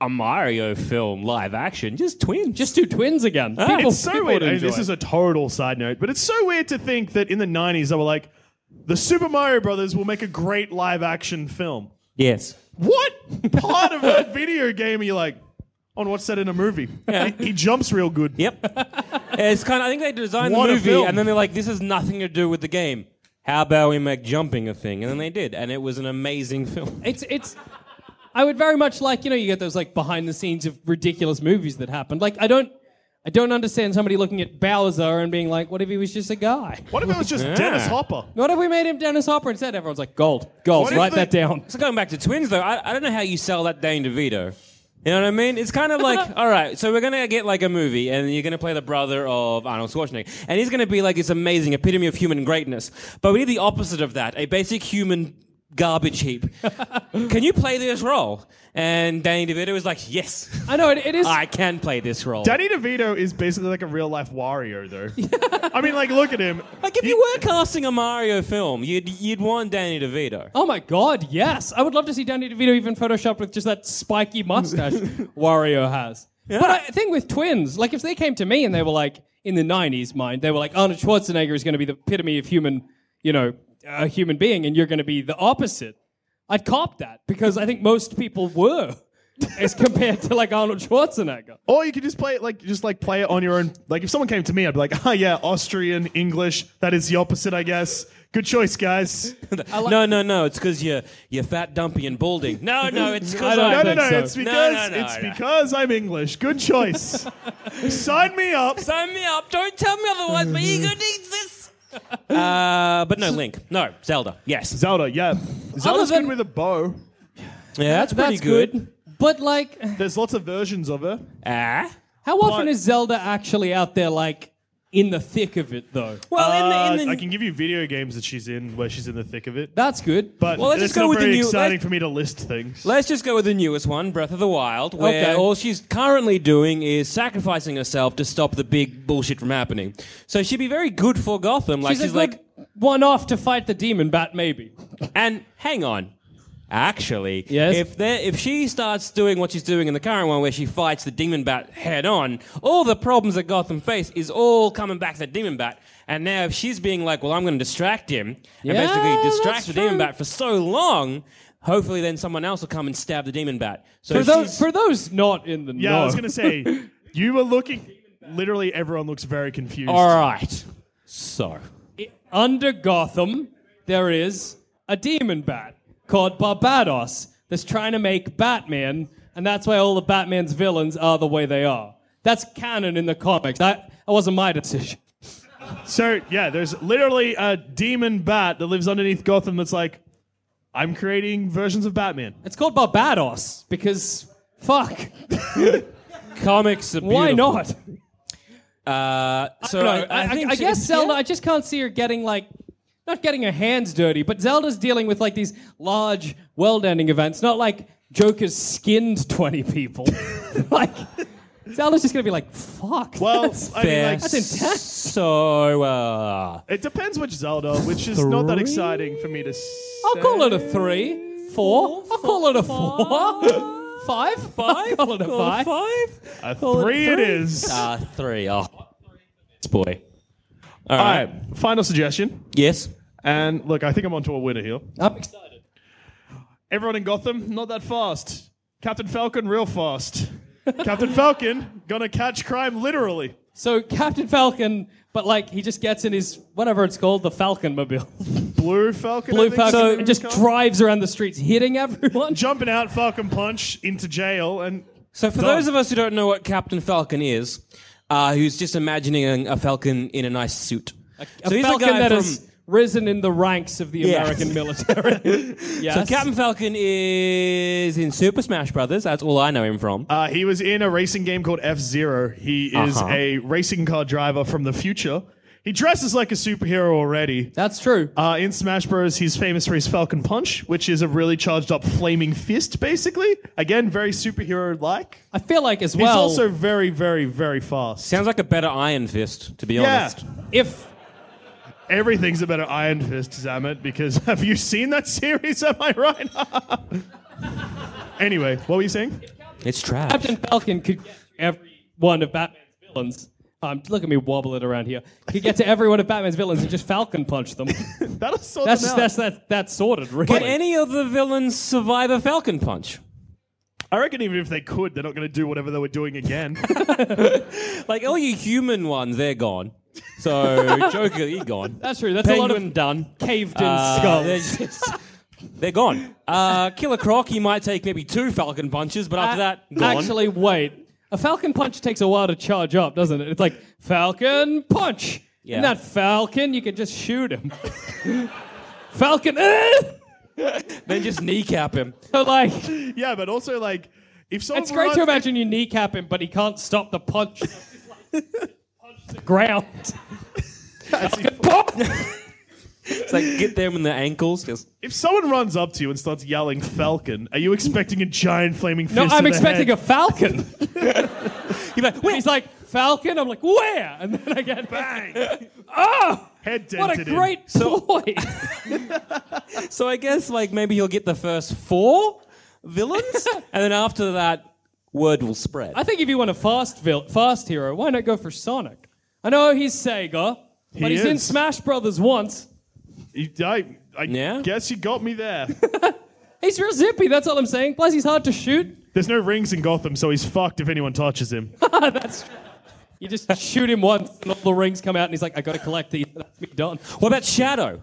a Mario film live action, just twins. Ah.
just do twins again. people,
it's so
people would
weird. I mean,
enjoy
this
it.
is a total side note, but it's so weird to think that in the '90s they were like, "The Super Mario Brothers will make a great live-action film."
yes.
What part of that video game are you like? On what's that in a movie? He, he jumps real good.
Yep. It's kind of, I think they designed
What a
the movie
film.
and then they're like, this has nothing to do with the game. How about we make jumping a thing? And then they did, and it was an amazing film.
It's it's. I would very much like you know you get those like behind the scenes of ridiculous movies that happened. Like I don't. I don't understand somebody looking at Bowser and being like, "What if he was just a guy?
What if it was just Dennis Hopper?
What if we made him Dennis Hopper instead?" Everyone's like, "Gold, gold,
What if
write
they-
that down."
So going back to twins though, I, I don't know how you sell that Dane DeVito. You know what I mean? It's kind of like, all right, so we're gonna get like a movie, and you're gonna play the brother of Arnold Schwarzenegger, and he's gonna be like this amazing epitome of human greatness. But we need the opposite of that, a basic human garbage heap. can you play this role? And Danny DeVito was like, yes,
I know it, it is.
I can play this role.
Danny DeVito is basically like a real life Wario, though. I mean, like, look at him.
like if you were casting a Mario film, you'd you'd want Danny DeVito.
Oh my god, yes! I would love to see Danny DeVito even photoshopped with just that spiky mustache Wario has. But I the thing with twins, like if they came to me and they were like in the '90s, mind, they were like Arnold Schwarzenegger is going to be the epitome of human, you know, a human being, and you're going to be the opposite. I'd cop that because I think most people were, as compared to like Arnold Schwarzenegger.
Or you could just play it like, just like play it on your own. Like, if someone came to me, I'd be like, oh, yeah, Austrian, English. That is the opposite, I guess. Good choice, guys.
no, no, no. It's because you're you're fat, dumpy, and balding. No, no. It's because
don't
I'm
No, no,
think
no.
so.
It's
No,
because
no, no,
it's
no.
because I'm English. Good choice. Sign me up.
Sign me up. Don't tell me otherwise. My ego needs this. Uh, but no, Link. No, Zelda. Yes.
Zelda, yeah. Zelda's
than-
good with a bow.
Yeah, that's pretty
But like,
There's lots of versions of her.
Ah.
how often is Zelda actually out there, like in the thick of it though?
Well,
Uh,
in the, in the,
I can give you video games that she's in where she's in the thick of it.
That's good.
But
Well, let's
it's
just go
not
with the
very
new-
exciting
let's-
for me to list things.
let's just go with the newest one, Breath of the Wild, where
Okay.
all she's currently doing is sacrificing herself to stop the big bullshit from happening. So she'd be very good for Gotham. Like
She's,
she's,
a
like,
good one off to fight the demon bat, maybe.
and hang on. Actually,
Yes?
if there, if she starts doing what she's doing in the current one, where she fights the demon bat head on, all the problems that Gotham face is all coming back to the demon bat. And now, if she's being like, "Well, I'm going to distract him," and
Yeah,
basically
that's
distract the demon
true.
bat for so long, hopefully, then someone else will come and stab the demon bat. So
For
she's-
those, for those not in the
yeah,
know.
I was gonna say you were looking. Literally, everyone looks very confused.
all right. So
Under Gotham, there is a demon bat called Barbados that's trying to make Batman, and that's why all the Batman's villains are the way they are. That's canon in the comics. That, that wasn't my decision.
So yeah, there's literally a demon bat that lives underneath Gotham. That's like, I'm creating versions of Batman.
It's called Barbados because fuck,
comics are
why
beautiful.
not?
Uh, so
No,
I,
I, I,
think
I
she-
guess Zelda.
yeah.
I just can't see her getting like, not getting her hands dirty, but Zelda's dealing with like these large world-ending events, not like Joker's skinned twenty people. like, Zelda's just gonna be like, "Fuck."
Well,
that's-
I mean, like,
That's
intense.
So uh,
it depends which Zelda, which is not that exciting for me to.
I'll call it a three, four. I'll call it a four, five, five. I'll call it a five.
A Uh, three, it is.
Uh, three. Oh, it's boy. All
All
right.
right, final suggestion.
Yes.
And look, I think I'm onto a winner here.
I'm excited.
Everyone in Gotham, not that fast. Captain Falcon, real fast. Captain Falcon, gonna catch crime literally.
So Captain Falcon, but like he just gets in his whatever it's called, the Falcon Mobile,
Blue Falcon. I
Blue
think
Falcon,
is the
and just
name it's called.
drives around the streets hitting everyone.
jumping out, Falcon punch into jail, and
So for
Done.
those of us who don't know what Captain Falcon is, uh, who's just imagining a, a falcon in a nice suit.
A Falcon that has risen in the ranks of the
Yes.
American military. yes.
So Captain Falcon is in Super Smash Brothers. That's all I know him from.
uh, he was in a racing game called F Zero. He is
Uh-huh.
a racing car driver from the future. He dresses like a superhero already.
That's true.
Uh, in Smash Bros, he's famous for his Falcon Punch, which is a really charged up flaming fist, basically. Again, very superhero like.
I feel like as
He's
well.
also very, very, very fast.
Sounds like a better Iron Fist, to be
yeah.
honest.
if
Everything's about an Iron Fist, Zamet, because have you seen that series? Am I right? anyway, what were you saying?
It's trash.
Captain Falcon could get to every one of Batman's villains, um, look at me wobble it around here. Could get to every one of Batman's villains and just Falcon punch them.
That'll sort
That's
them out.
that's that that's sorted. Really.
Can any of the villains survive a Falcon punch?
I reckon even if they could, they're not going to do whatever they were doing again.
Like all you human ones, they're gone. So Joker, you're gone.
That's true. That's
Penguin
a lot of
done.
caved in
Uh, They're,
skulls.
just- they're gone. Uh, Killer Croc, he might take maybe two Falcon punches, but after that, gone.
Uh, Actually, wait. A falcon punch takes a while to charge up, doesn't it? It's like falcon punch.
Yeah.
Not falcon. You can just shoot him. falcon. eh!
then just kneecap him.
So like,
yeah, but also like if someone
it's great
runs-
to imagine you kneecap him, but he can't stop the punch. punch the ground.
It's like get them in the ankles. Just
if someone runs up to you and starts yelling Falcon, are you expecting a giant flaming fist?
No,
to
I'm
the
expecting a
head?
falcon. He's like, Where? He's like, falcon? I'm like, where? And then I get,
bang.
oh!
Head dented.
What a
in.
great boy!
so I guess like maybe he'll get the first four villains, and then after that, word will spread.
I think if you want a fast vil- fast hero, why not go for Sonic? I know he's Sega, but
He
he's in
is.
Smash Brothers once.
You- I, I
Yeah?
guess you got me there.
He's real zippy. That's all I'm saying. Plus, he's hard to shoot.
There's no rings in Gotham, so he's fucked if anyone touches him.
That's you just shoot him once, and all the rings come out, and he's like, "I got to collect these." That's me done.
what about Shadow?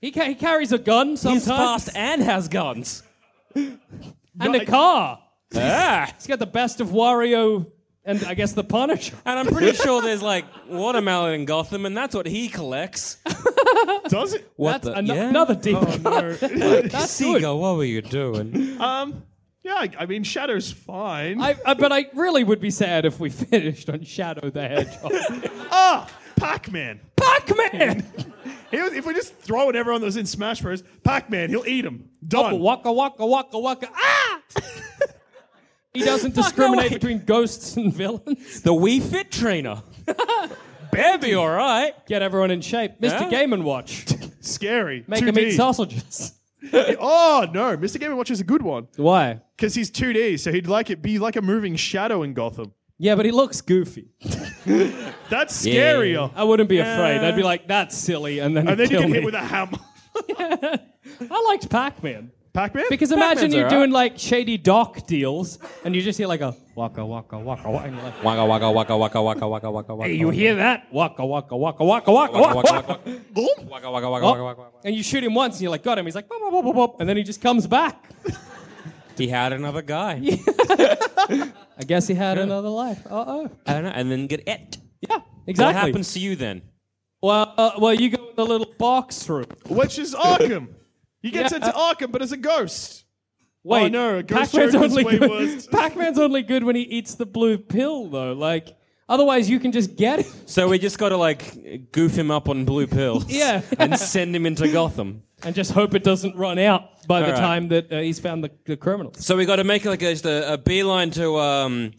He, ca- he carries a gun sometimes
He's fast and has guns.
and a car.
Ah.
He's got the best of Wario, and I guess the Punisher.
And I'm pretty sure there's like watermelon in Gotham, and that's what he collects.
Does it? Oh,
What
That's
the?
ano-
yeah?
another deep cut. That's good.
Seagull, what were you doing?
Um, yeah, I, I mean, Shadow's fine.
I, I, but I really would be sad if we finished on Shadow the Hedgehog.
ah, Pac-Man.
Pac-Man.
He was- if we just throw at everyone that was in Smash Bros, Pac-Man, he'll eat him.
Oh,
Done.
Waka waka waka waka. Ah! he doesn't discriminate
way.
between ghosts and villains.
The Wii Fit trainer. Better be all right.
Get everyone in shape. Mr.
Yeah.
Game and Watch.
Scary.
Make
2D.
him eat sausages.
Oh no, Mr. Game and Watch is a good one
Why?
because he's 2D, so he'd like it be like a moving shadow in Gotham.
Yeah, but he looks goofy.
That's scarier.
I wouldn't be afraid. I'd be like, that's silly, and then,
Oh. And then
he'd
you
kill
get
Oh, me.
hit with a hammer.
I liked Pac-Man.
Pac-Man.
Because imagine
Pac-Man's
you're
alright.
doing like shady dock deals, and you just hear like a waka waka waka waka. And you're like,
Waka waka waka waka waka waka waka waka.
hey, you hear that? Waka waka waka waka waka waka. waka.
Waka waka waka waka waka.
And you shoot him once, and you're like, got him. He's like, bop, bop, bop, bop, bop, and then he just comes back.
He had another guy.
I guess he had another life. Uh oh.
I don't know, and then get it.
Yeah, exactly.
What happens to you then?
Well, uh, well, you go in the little box room.
Oh,
which is Arkham. You get
Yeah,
sent to Arkham, but as a ghost.
Wait,
no, a ghost joke is
only
way
good.
worse.
Pac-Man's only good when he eats the blue pill, though. Like, otherwise, you can just get him.
So we just got to like goof him up on blue pills.
Yeah.
and send him into Gotham.
and just hope it doesn't run out by the
Alright.
time that uh, he's found the, the criminals.
So we got to make like a, just a, a beeline to um,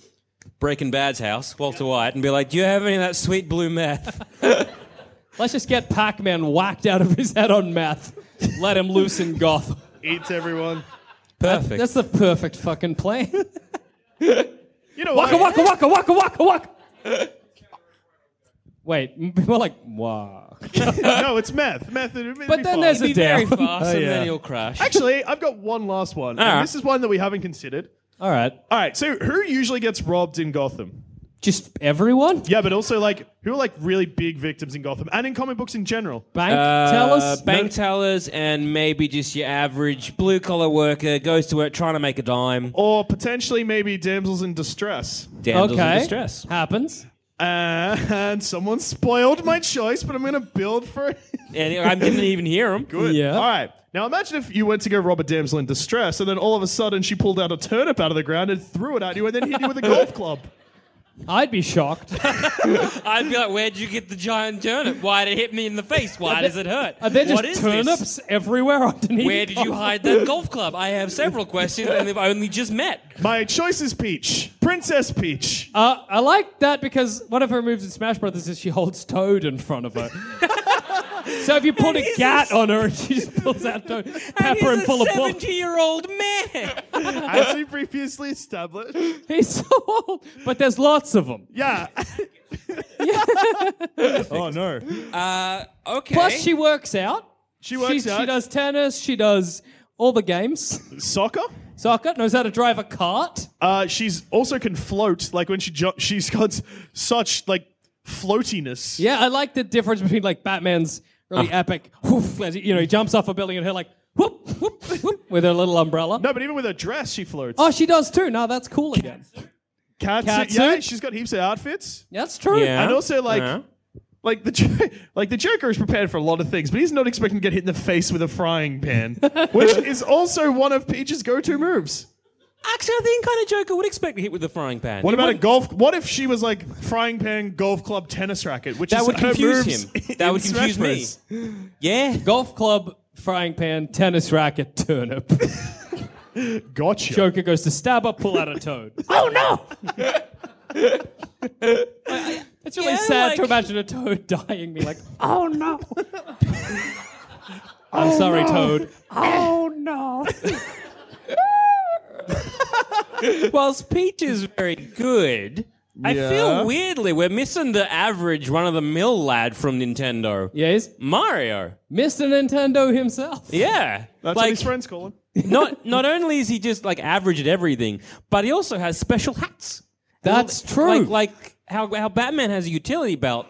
Breaking Bad's house, Walter White, and be like, "Do you have any of that sweet blue meth?"
Let's just get Pac-Man whacked out of his head on meth. Let him loose in Gotham.
Eats everyone.
Perfect.
That's the perfect fucking plan.
You know
Waka
what?
waka waka waka waka waka. Wait, m- more like wah.
no, it's meth. Meth. it'd be
But then
fine.
there's
Be Oh,
a
very
down.
fast, and
yeah.
then he'll crash.
Actually, I've got one last one. and
Alright.
This is one that we haven't considered.
All right,
All right, so who usually gets robbed in Gotham?
just everyone.
Yeah, but also like who are like really big victims in Gotham and in comic books in general?
Bank tellers.
Uh, bank tellers and maybe just your average blue collar worker goes to work trying to make a dime.
Oh,
Or potentially maybe damsels in distress.
Damsels
okay.
in distress.
Happens.
And someone spoiled my choice, but I'm gonna build for it.
And I didn't even hear him.
Good.
Yeah.
All right. Now imagine if you went to go rob a damsel in distress, and then all of a sudden she pulled out a turnip out of the ground and threw it at you, and then hit you with a golf club.
I'd be shocked.
I'd be like, "Where'd you get the giant turnip? Why did it hit me in the face? Why does it hurt?
Are there
What is
just
this?
turnips everywhere underneath?
Where did you hide that golf club? I have several questions, and they've only just met.
My choice is Peach, Princess Peach.
Uh, I like that because one of her moves in Smash Brothers is she holds Toad in front of her. so if you put a
he's
gat
a-
on her and she just pulls out Toad, pepper
He's
and full
a
of bullets.
seventy-year-old man.
As we previously established.
He's so old, but there's lots of them.
Yeah. oh no.
Okay.
Plus, she works out.
She works
she,
out.
She does tennis. She does all the games.
Soccer.
Sokka knows how to drive a cart.
Uh, she's also can float. Like when she ju- she's got s- such like floatiness.
Yeah, I like the difference between like Batman's really
Uh-huh.
epic, whoof, as he, you know, he jumps off a building and her like whoop whoop whoop with her little umbrella.
No, but even with her dress, she floats.
Oh, she does too. Now that's cool again.
Cat
cat
suit, Yeah,
suit?
she's got heaps of outfits.
That's true.
Yeah.
And also like.
Yeah.
Like the Jo- like the Joker is prepared for a lot of things, but he's not expecting to get hit in the face with a frying pan, which is also one of Peach's go-to moves.
Actually, I think kind of Joker would expect to hit with the frying pan.
What about a golf? What if she was like frying pan, golf club, tennis racket? Which
That
is
would
her moves
confuse him.
in
That would
Smash
confuse me.
Bros.
Yeah.
Golf club, frying pan, tennis racket, turnip.
Gotcha.
Joker goes to stab her, pull out a toad.
Oh no!
It's really
Yeah,
sad to
like-
imagine a toad dying. Be like, oh no.
Oh,
I'm sorry, toad.
Whilst Peach is very good, I
Yeah.
feel weirdly we're missing the average run of the mill lad from Nintendo.
Yeah, he's
Mario.
Mr. Nintendo himself.
Yeah.
That's what
like
his friends call him.
not not only is he just like average at everything, but he also has special hats.
That's true.
Like like how how Batman has a utility belt.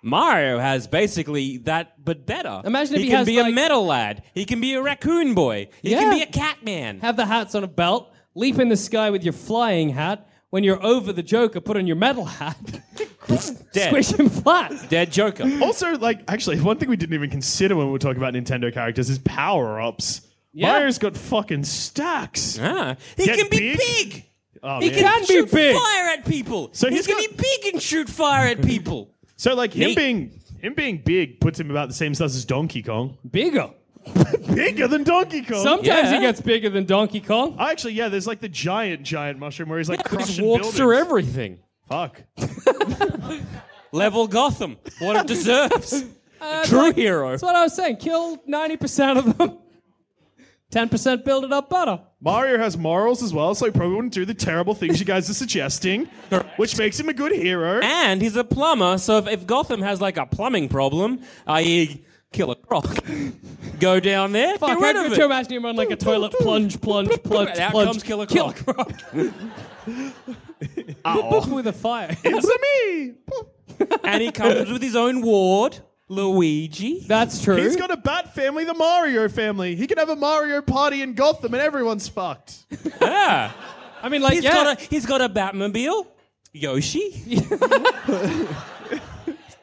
Mario has basically that, but better.
Imagine if he
can
has,
be
like-
a metal lad. He can be a raccoon boy. He
Yeah.
can be a cat man.
have the hats on a belt, leap in the sky with your flying hat. When you're over the Joker, put on your metal hat,
Dead.
squish him flat.
Dead Joker.
Also, like, actually, one thing we didn't even consider when we were talking about Nintendo characters is power ups.
Yeah.
Mario's got fucking stacks.
Ah. He
Get
can be
big.
big.
Oh,
He
man.
can,
be
shoot
big.
fire at people.
So
So
he's
he's he can
got-
be big and shoot fire at people.
So, like, him
Neat.
being him being big puts him about the same size as Donkey Kong.
Bigger.
Bigger than Donkey Kong.
Sometimes
Oh, Yeah.
he gets bigger than Donkey Kong.
Oh, actually, yeah. There's like the giant, giant mushroom where he's like
He
crushing
just walks
buildings.
through everything.
Fuck.
Level Gotham. What it deserves.
Uh,
True hero.
That's what I was saying. Kill 90% of them. 10% build it up better.
Mario has morals as well, so he probably wouldn't do the terrible things you guys are suggesting, which makes him a good hero.
And he's a plumber, so if, if Gotham has like a plumbing problem, i.e., kill a croc, go down there,
Fuck,
get rid of
I could
it.
you imagine him on like a toilet plunge, plunge, plunge,
And out
plunge.
comes Killer
Killer
Croc.
Croc with a fire.
It's a me.
and he comes with his own ward, Luigi.
That's true.
He's got a bat family, the Mario family. He could have a Mario party in Gotham and everyone's fucked.
Yeah.
I mean, like,
He's
yeah.
got a he's got a Batmobile, Yoshi.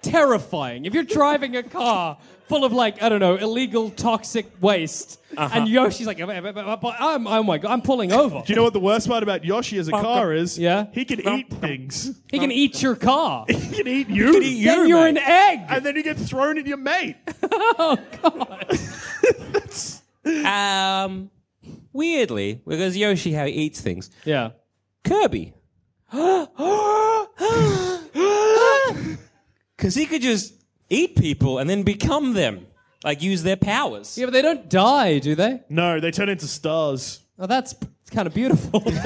terrifying. If you're driving a car full of like I don't know illegal toxic waste, and Yoshi's like, I'm, oh my god, I'm pulling over.
Do Uh-huh. you know what the worst part about Yoshi as a car is?
Yeah.
He can eat things.
He can eat your car.
He can eat Um, you.
can eat you.
then you're an
mate.
egg.
And then you get thrown at your mate.
Um, weirdly, because Yoshi how he eats things.
Yeah.
Kirby. Because he could just eat people and then become them, like use their powers.
Yeah, but they don't die, do they?
No, they turn into stars.
Oh, that's kind of beautiful.
It's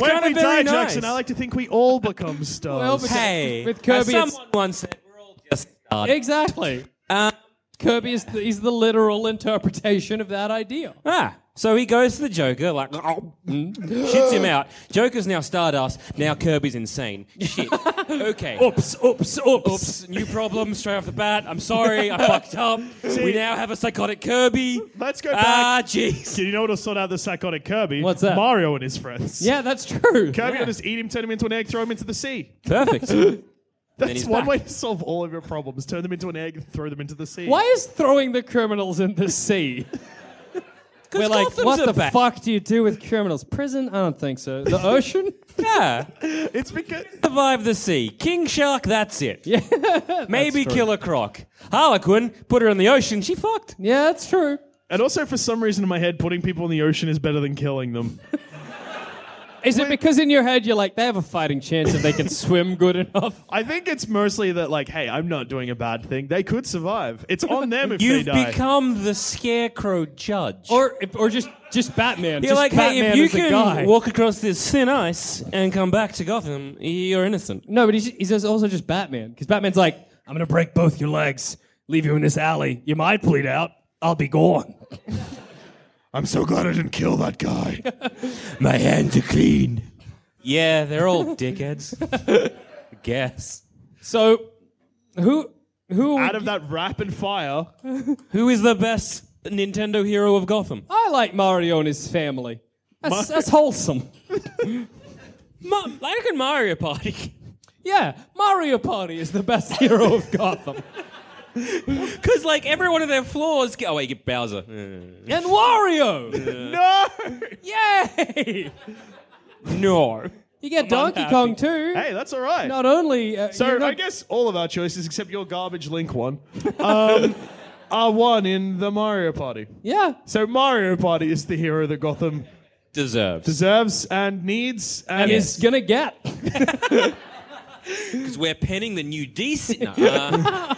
when
kind
we
of
die,
very
Jackson, I
nice.
like to think we all become stars.
but-
Hey,
With Kirby,
as
it's-
someone once said, we're all just stars.
exactly.
Uh,
Kirby is the, is the literal interpretation of that idea.
ah, so he goes to the Joker, like,
Oh.
mm, shits him out. Joker's now Stardust. Now Kirby's insane. Shit. Okay.
Oops, oops, oops.
Oops, new problem straight off the bat. I'm sorry, I fucked up. we now have a psychotic Kirby.
Let's go
Ah,
back.
jeez.
Do you know what'll sort out the psychotic Kirby?
What's that?
Mario and his friends.
Yeah, that's true.
Kirby will just eat him, turn him into an egg, throw him into the sea.
Perfect.
That's
he's
one
back.
way to solve all of your problems. Turn them into an egg, throw them into the sea.
Why is throwing the criminals in the sea? We're like,
Gotham's
what
a
the
bat."
fuck do you do with criminals? Prison? I don't think so. The ocean?
Yeah.
It's because
Survive the sea. King Shark, that's it. Yeah. Maybe Killer Croc. Harlequin, put her in the ocean, she fucked.
yeah, that's true.
And also, for some reason in my head, putting people in the ocean is better than killing them.
Is it because in your head you're like, they have a fighting chance if they can swim good enough?
I think it's mostly that, like, hey, I'm not doing a bad thing. They could survive. It's on them if
You've
they die.
become the scarecrow judge.
Or or just just Batman.
you're
just
like,
Batman
hey, if you
as a guy.
can walk across this thin ice and come back to Gotham, you're innocent.
no, but he's, he's just- also just Batman. Because Batman's like, I'm going to break both your legs, leave you in this alley. You might bleed out. I'll be gone.
I'm so glad I didn't kill that guy.
My hands are clean.
Yeah, they're all dickheads. Guess.
So, who who
Out of that rapid fire,
Who is the best Nintendo hero of Gotham?
I like Mario and his family. That's,
Mar-
that's wholesome.
Ma- I reckon Mario Party.
Yeah, Mario Party is the best hero of Gotham.
Because, like, every one of their flaws. Get- oh, wait, you get Bowser.
And Wario!
no.
Yay!
No.
You get Donkey Kong too.
Hey, that's all right.
Not only. Uh,
So
you're not-
I guess all of our choices, except your garbage Link one, um, are one in the Mario Party.
Yeah.
So Mario Party is the hero that Gotham
Deserves.
deserves and needs, and
And
is
it's gonna get.
Because we're penning the new DC. No, uh,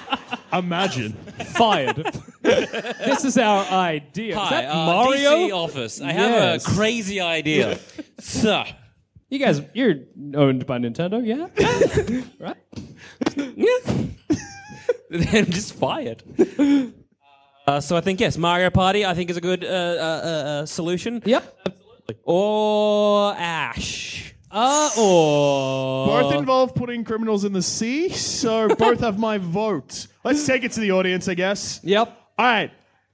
imagine.
fired. this is our idea. is
hi,
that
uh,
Mario?
DC office. I have
Yes.
a crazy idea. Sir.
You guys, you're owned by Nintendo, yeah? right?
Then just fired. Uh, so I think, yes, Mario Party, I think, is a good uh, uh, uh, uh, solution.
Yep.
Or Oh, Ash.
Uh,
oh.
or
Both involve putting criminals in the sea, so both have my vote. Let's take it to the audience, I guess.
yep.
All right.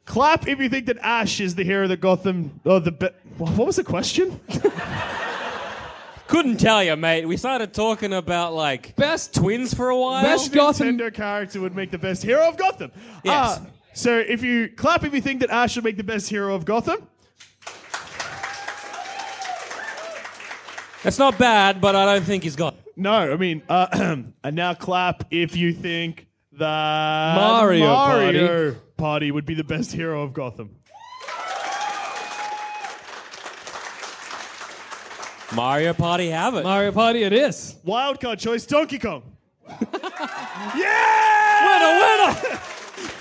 Clap if you think that Ash is the hero that Gotham. Oh, the be- what was the question?
Couldn't tell you, mate. We started talking about, like,
Best
twins for a while.
Best Gotham.
Nintendo character would make the best hero of Gotham.
Yes.
Ah, so if you clap if you think that Ash would make the best hero of Gotham.
That's not bad, but I don't think he's got.
No, I mean, uh, and now clap if you think that
Mario
Mario Party. would be the best hero of Gotham.
Mario Party have it.
Mario Party it is.
Wildcard choice, Donkey Kong. yeah! Winner, winner!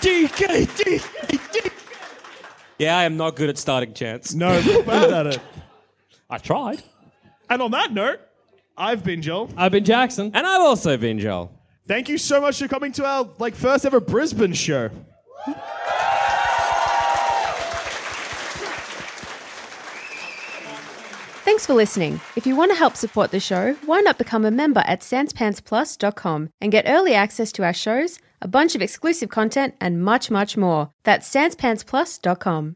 DK, DK,
yeah, I am not good at starting chance.
No, feel bad at it.
I tried.
And on that note, I've been Joel.
I've been Jackson.
And I've also been Joel.
Thank you so much for coming to our like first ever Brisbane show.
Thanks for listening. If you want to help support the show, why not become a member at sanspantsplus.com and get early access to our shows, a bunch of exclusive content, and much, much more. That's sanspantsplus.com.